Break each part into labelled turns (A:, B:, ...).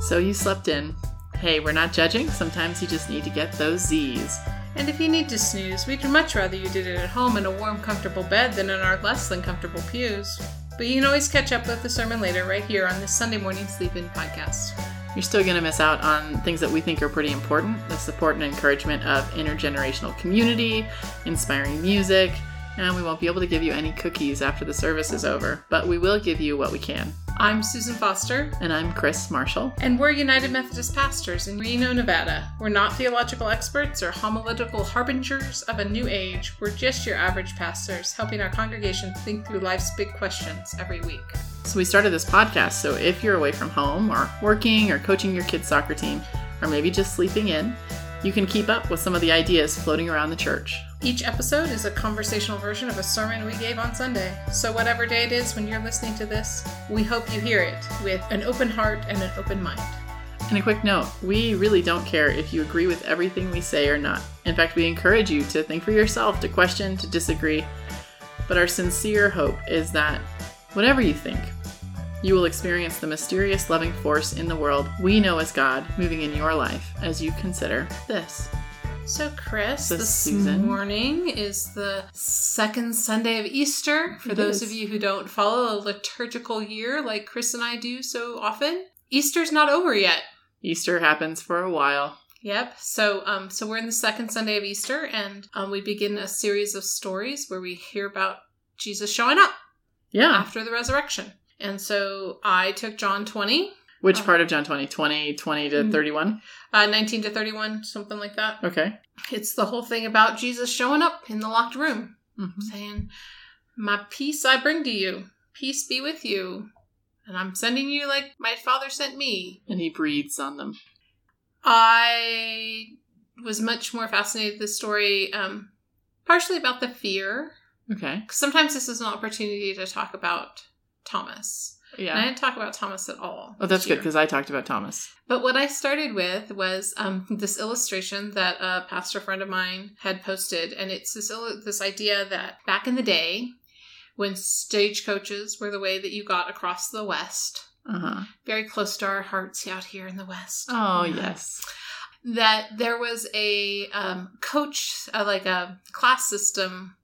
A: So you slept in. Hey, we're not judging. Sometimes you just need to get those Z's.
B: And if you need to snooze, we'd much rather you did it at home in a warm, comfortable bed than in our less than comfortable pews. But you can always catch up with the sermon later right here on this Sunday Morning Sleep In podcast.
A: You're still going to miss out on things that we think are pretty important the support and encouragement of intergenerational community, inspiring music, and we won't be able to give you any cookies after the service is over, but we will give you what we can.
B: I'm Susan Foster,
A: And I'm Chris Marshall.
B: and we're United Methodist pastors in Reno, Nevada. We're not theological experts or homiletical harbingers of a new age. We're just your average pastors, helping our congregation think through life's big questions every week.
A: So we started this podcast. So if you're away from home or working or coaching your kids' soccer team, or maybe just sleeping in, you can keep up with some of the ideas floating around the church.
B: Each episode is a conversational version of a sermon we gave on Sunday. So, whatever day it is when you're listening to this, we hope you hear it with an open heart and an open mind.
A: And a quick note we really don't care if you agree with everything we say or not. In fact, we encourage you to think for yourself, to question, to disagree. But our sincere hope is that whatever you think, you will experience the mysterious loving force in the world we know as God moving in your life as you consider this.
B: So, Chris,
A: This
B: this
A: season.
B: morning is the second Sunday of Easter. For
A: It
B: those
A: is.
B: of you who don't follow a liturgical year like Chris and I do so often, Easter's not over yet.
A: Easter happens for a while.
B: Yep. So, um, so we're in the second Sunday of Easter, and um, we begin a series of stories where we hear about Jesus showing up.
A: Yeah.
B: after the resurrection. And so I took John 20,
A: Which
B: Uh-huh.
A: part of John 20? 20, 20 to
B: Mm.
A: 31?
B: uh, 19 to 31, something like that.
A: Okay.
B: It's the whole thing about Jesus showing up in the locked room,
A: Mm-hmm.
B: saying, My peace I bring to you, peace be with you. And I'm sending you like my father sent me.
A: And he breathes on them.
B: I was much more fascinated with this story, um, partially about the fear.
A: Okay.
B: 'Cause Sometimes this is an opportunity to talk about Thomas. And I
A: Yeah.
B: didn't talk about Thomas at all.
A: Oh, that's
B: this
A: good
B: year.
A: because I talked about Thomas.
B: But what I started with was um, this illustration that a pastor friend of mine had posted, and it's this illu- this idea that back in the day, when stagecoaches were the way that you got across the West,
A: Uh huh.
B: very close to our hearts out here in the West.
A: Oh, yes.
B: that there was a um, coach, uh, like a class system,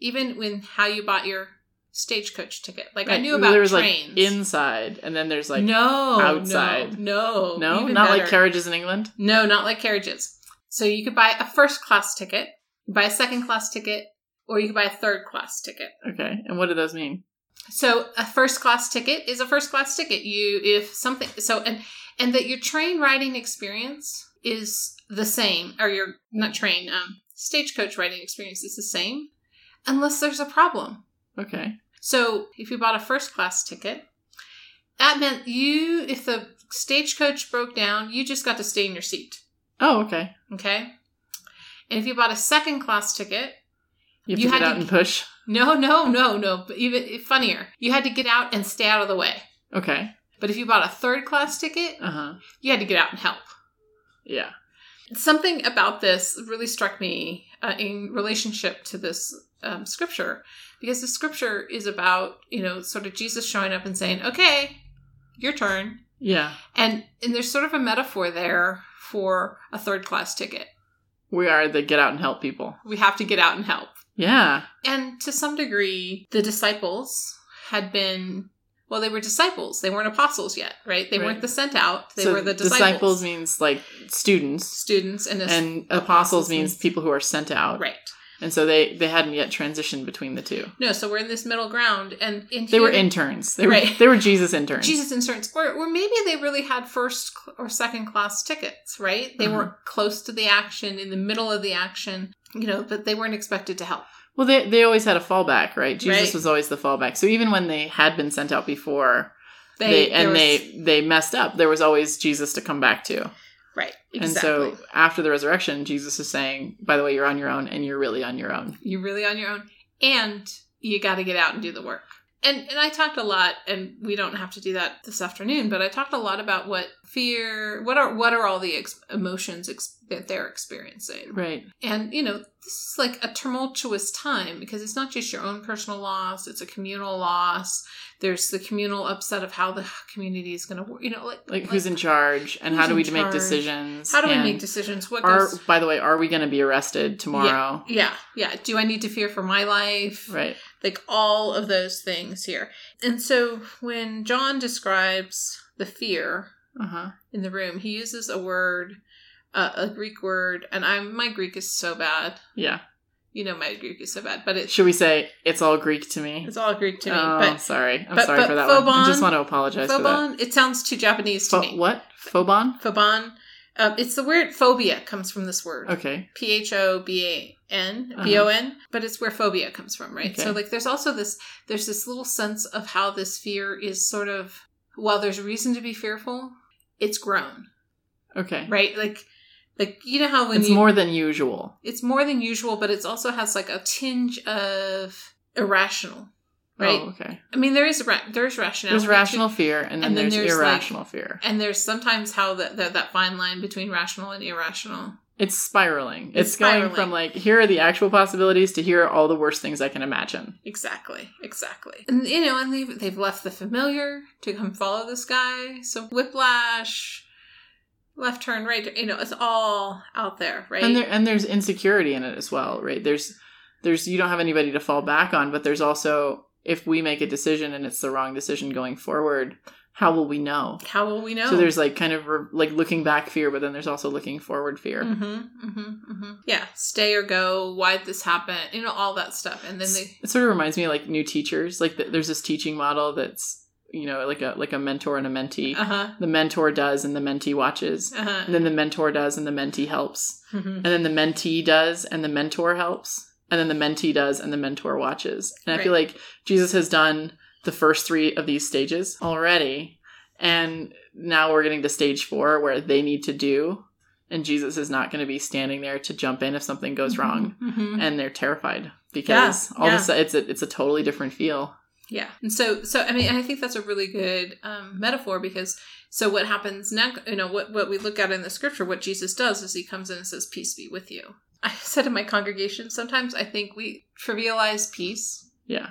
B: even when how you bought your stagecoach ticket. Like I
A: Right.
B: knew about
A: there was
B: trains.
A: like inside, and then there's like
B: no no,
A: outside.
B: No,
A: no,
B: even
A: not like
B: better.
A: carriages in England.
B: No, not like carriages. So you could buy a first class ticket, buy a second class ticket, or you could buy a third class ticket.
A: Okay, and what do those mean?
B: So a first class ticket is a first class ticket. You if something so and and that your train riding experience is the same or your not train um stagecoach riding experience is the same unless there's a problem.
A: Okay,
B: So if you bought a first class ticket, that meant you if the stagecoach broke down, you just got to stay in your seat.
A: oh, okay,
B: Okay. And if you bought a second class ticket,
A: you have
B: You
A: to get
B: had
A: out
B: to-
A: and push.
B: no, no, no, no, but even funnier, you had to get out and stay out of the way.
A: Okay,
B: But if you bought a third class ticket,
A: uh huh,
B: you had to get out and help.
A: yeah,
B: Something about this really struck me uh, in relationship to this um, scripture, because the scripture is about, you know, sort of Jesus showing up and saying, okay, your turn.
A: yeah.
B: And, and there's sort of a metaphor there for a third class ticket.
A: We are the get out and help people.
B: We have to get out and help.
A: Yeah,
B: And to some degree, the disciples had been, well, they were disciples. They weren't apostles yet, right? They
A: Right.
B: weren't the sent out. They
A: So
B: were the disciples.
A: means like students,
B: students and, as-
A: and apostles,
B: apostles
A: means
B: means-
A: people who are sent out.
B: right.
A: And so they they hadn't yet transitioned between the two.
B: No, so we're in this middle ground. And in
A: They were
B: here-
A: interns. They were
B: Right.
A: they were Jesus interns.
B: Jesus insurance. Or, or maybe they really had first cl- or second class tickets, right? They
A: Uh-huh.
B: were close to the action, in the middle of the action, you know, but they weren't expected to help.
A: Well, they they always had a fallback, right? Jesus
B: Right.
A: was always the fallback. So even when they had been sent out before,
B: They,
A: they
B: there
A: and
B: was-
A: they they messed up. There was always Jesus to come back to.
B: right,
A: And
B: exactly.
A: so after the resurrection, Jesus is saying, "By the way, you're on your own, and you're really on your own."
B: You're really on your own, and you got to get out and do the work. and and I talked a lot, and we don't have to do that this afternoon, but I talked a lot about what fear, what are what are all the ex- emotions ex- that they're experiencing,
A: Right.
B: and you know this is like a tumultuous time because it's not just your own personal loss; it's a communal loss. There's the communal upset of how the community is going to, you know, like
A: Like, who's in charge and how
B: who's
A: do
B: in
A: we make
B: charge?
A: decisions?
B: how do we
A: and
B: make decisions? What
A: Are
B: goes?
A: by the way, are we going to be arrested tomorrow?
B: Yeah, yeah. Do I need to fear for my life?
A: Right.
B: like all of those things here. And so when John describes the fear
A: Uh huh.
B: in the room, he uses a word, uh, a Greek word, and I'm my Greek is so bad.
A: Yeah.
B: You know my Greek is so bad, but it's
A: Should we say it's all Greek to me?
B: it's all Greek to me.
A: oh,
B: but
A: sorry. I'm
B: but-
A: sorry
B: but
A: for that one. I
B: Phobon-
A: just want to apologize for that.
B: phobon, it sounds too Japanese to
A: Pho-
B: me.
A: what? Phobon?
B: Phobon, uh, it's the word phobia comes from this word.
A: Okay.
B: P H O B A N
A: Uh-huh.
B: B O N, but it's where phobia comes from, right?
A: Okay.
B: So like there's also this there's this little sense of how this fear is sort of while there's reason to be fearful, it's grown,
A: Okay.
B: right? Like like you know how when
A: it's
B: you
A: more than usual.
B: it's more than usual, but it's also has like a tinge of irrational, right?
A: Oh, okay.
B: I mean there is ra- there's rationality.
A: There's
B: to-
A: rational fear and then,
B: and then
A: there's,
B: there's, like-
A: irrational fear.
B: and there's sometimes how that that that fine line between rational and irrational.
A: It's spiraling. It's,
B: It's
A: going
B: spiraling.
A: from like here are the actual possibilities to here are all the worst things I can imagine.
B: Exactly, exactly. And you know, and they've they've left the familiar to come follow this guy. So whiplash, left turn, right, turn, you know, it's all out there, right?
A: And there and there's insecurity in it as well, right? There's there's you don't have anybody to fall back on, but there's also if we make a decision and it's the wrong decision going forward, how will we know?
B: How will we know?
A: So there's like kind of re- like looking back fear, but then there's also looking forward fear.
B: hmm hmm hmm Yeah, stay or go. Why'd this happen? You know, all that stuff. And then they,
A: it sort of reminds me of like new teachers. Like th there's this teaching model that's you know like a like a mentor and a mentee.
B: uh huh,
A: The mentor does and the mentee watches.
B: uh
A: And
B: huh.
A: then the mentor does and the mentee helps.
B: Mm-hmm.
A: And then the mentee does and the mentor helps. And then the mentee does and the mentor watches. And I feel like Jesus has done the first three of these stages already. And now we're getting to stage four where they need to do. And Jesus is not going to be standing there to jump in if something goes wrong
B: hmm
A: and they're terrified because all
B: yeah.
A: of a sudden it's a, it's a totally different feel.
B: Yeah. And so, so I mean, and I think that's a really good um, metaphor because so what happens next, you know, what, what we look at in the scripture, what Jesus does is he comes in and says, Peace be with you. I said in my congregation, sometimes I think we trivialize peace
A: Yeah,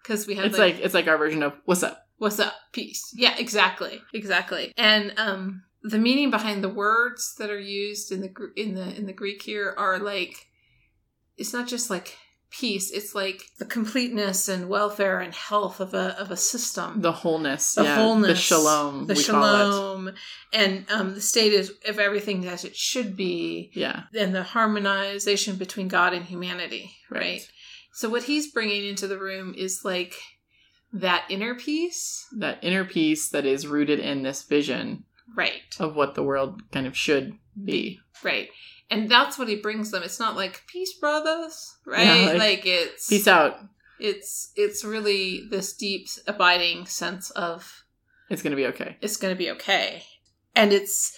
B: because we have
A: it's like it's like our version of what's up.
B: what's up, peace. Yeah, exactly. Exactly. And, um, the meaning behind the words that are used in the Gr- in the in the Greek here are like it's not just like peace it's like the completeness and welfare and health of a of a system
A: The wholeness,
B: the
A: yeah,
B: wholeness,
A: the shalom,
B: the
A: we call it.
B: shalom, and um, the state is of everything as it should be,
A: Yeah,
B: and the harmonization between God and humanity, right?
A: Right.
B: So what he's bringing into the room is like that inner peace,
A: that inner peace that is rooted in this vision
B: right?
A: of what the world kind of should be.
B: Right, and that's what he brings them. It's not like peace, brothers, right?
A: Yeah, like,
B: like, it's
A: Peace out.
B: it's it's really this deep, abiding sense of
A: It's gonna be okay.
B: it's going to be okay. And it's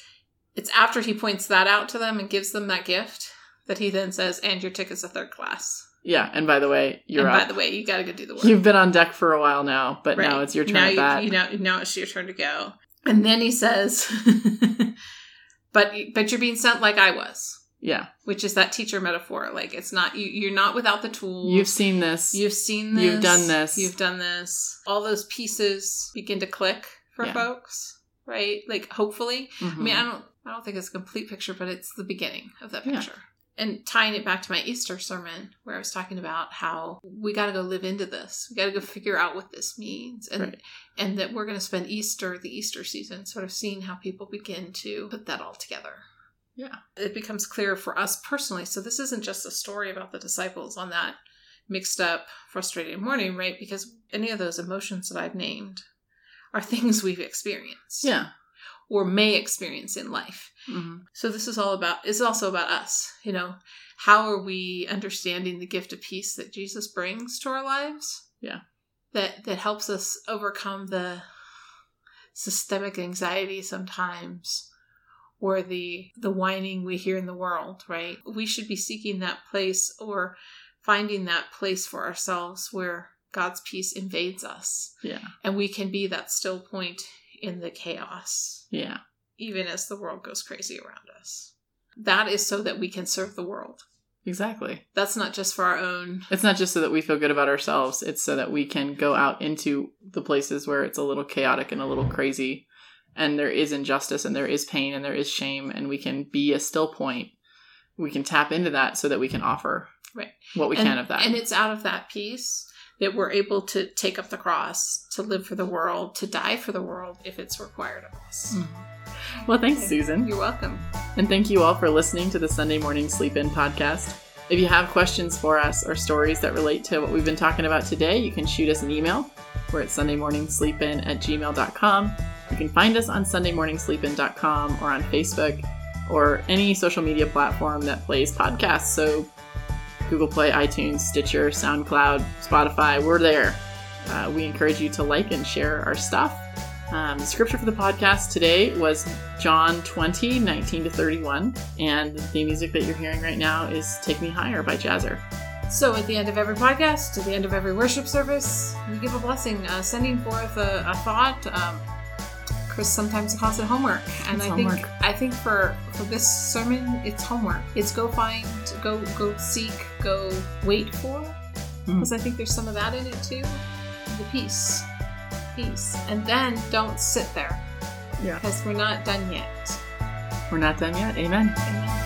B: it's after he points that out to them and gives them that gift that he then says, "And your ticket's a third class."
A: Yeah, and by the way, you're
B: and
A: up.
B: by the way, you got to go do the work.
A: You've been on deck for a while now, but now
B: Right.
A: it's your turn
B: Now
A: at
B: you,
A: bat.
B: you know, now it's your turn to go. And then he says, "But but you're being sent like I was."
A: yeah,
B: Which is that teacher metaphor? Like it's not you. You're not without the tools.
A: you've seen this.
B: You've seen this.
A: You've done this.
B: You've done this. All those pieces begin to click for
A: Yeah.
B: folks, right? Like hopefully,
A: Mhm.
B: I mean, I don't, I don't think it's a complete picture, but it's the beginning of that
A: Yeah.
B: picture. And tying it back to my Easter sermon, where I was talking about how we got to go live into this, we got to go figure out what this means, and
A: Right.
B: and that we're going to spend Easter, the Easter season, sort of seeing how people begin to put that all together.
A: Yeah.
B: it becomes clear for us personally. So this isn't just a story about the disciples on that mixed up, frustrated morning, right? Because any of those emotions that I've named are things we've experienced
A: yeah.
B: or may experience in life.
A: hmm
B: So this is all about it's also about us, you know. How are we understanding the gift of peace that Jesus brings to our lives?
A: Yeah.
B: That that helps us overcome the systemic anxiety sometimes or the the whining we hear in the world, right? We should be seeking that place or finding that place for ourselves where God's peace invades us.
A: Yeah.
B: And we can be that still point in the chaos,
A: Yeah.
B: even as the world goes crazy around us. That is so that we can serve the world.
A: Exactly.
B: That's not just for our own.
A: It's not just so that we feel good about ourselves, it's so that we can go out into the places where it's a little chaotic and a little crazy and there is injustice and there is pain and there is shame and we can be a still point. We can tap into that so that we can offer
B: Right.
A: what we
B: and,
A: can of that.
B: And it's out of that peace that we're able to take up the cross, to live for the world, to die for the world if it's required of us.
A: Mhm. Well, thanks, Susan.
B: You're welcome.
A: And thank you all for listening to the Sunday Morning Sleep In podcast. If you have questions for us or stories that relate to what we've been talking about today, you can shoot us an email. We're at sundaymorningsleepin at gmail.com. You can find us on sundaymorningsleepin.com or on Facebook or any social media platform that plays podcasts. So Google Play, iTunes, Stitcher, SoundCloud, Spotify, we're there. Uh, we encourage you to like and share our stuff. Um, the scripture for the podcast today was John 20, 19 to 31. And the music that you're hearing right now is Take Me Higher by Jazzer.
B: So, at the end of every podcast, at the end of every worship service, we give a blessing, uh, sending forth a, a thought. Um, Chris sometimes calls it homework, and
A: It's
B: I think
A: homework.
B: I think for for this sermon, it's homework. It's go find, go go seek, go wait for,
A: Mm.
B: because I think there's some of that in it too. The peace, peace, and then don't sit there,
A: Yeah.
B: because we're not done yet.
A: We're not done yet. Amen.
B: Amen.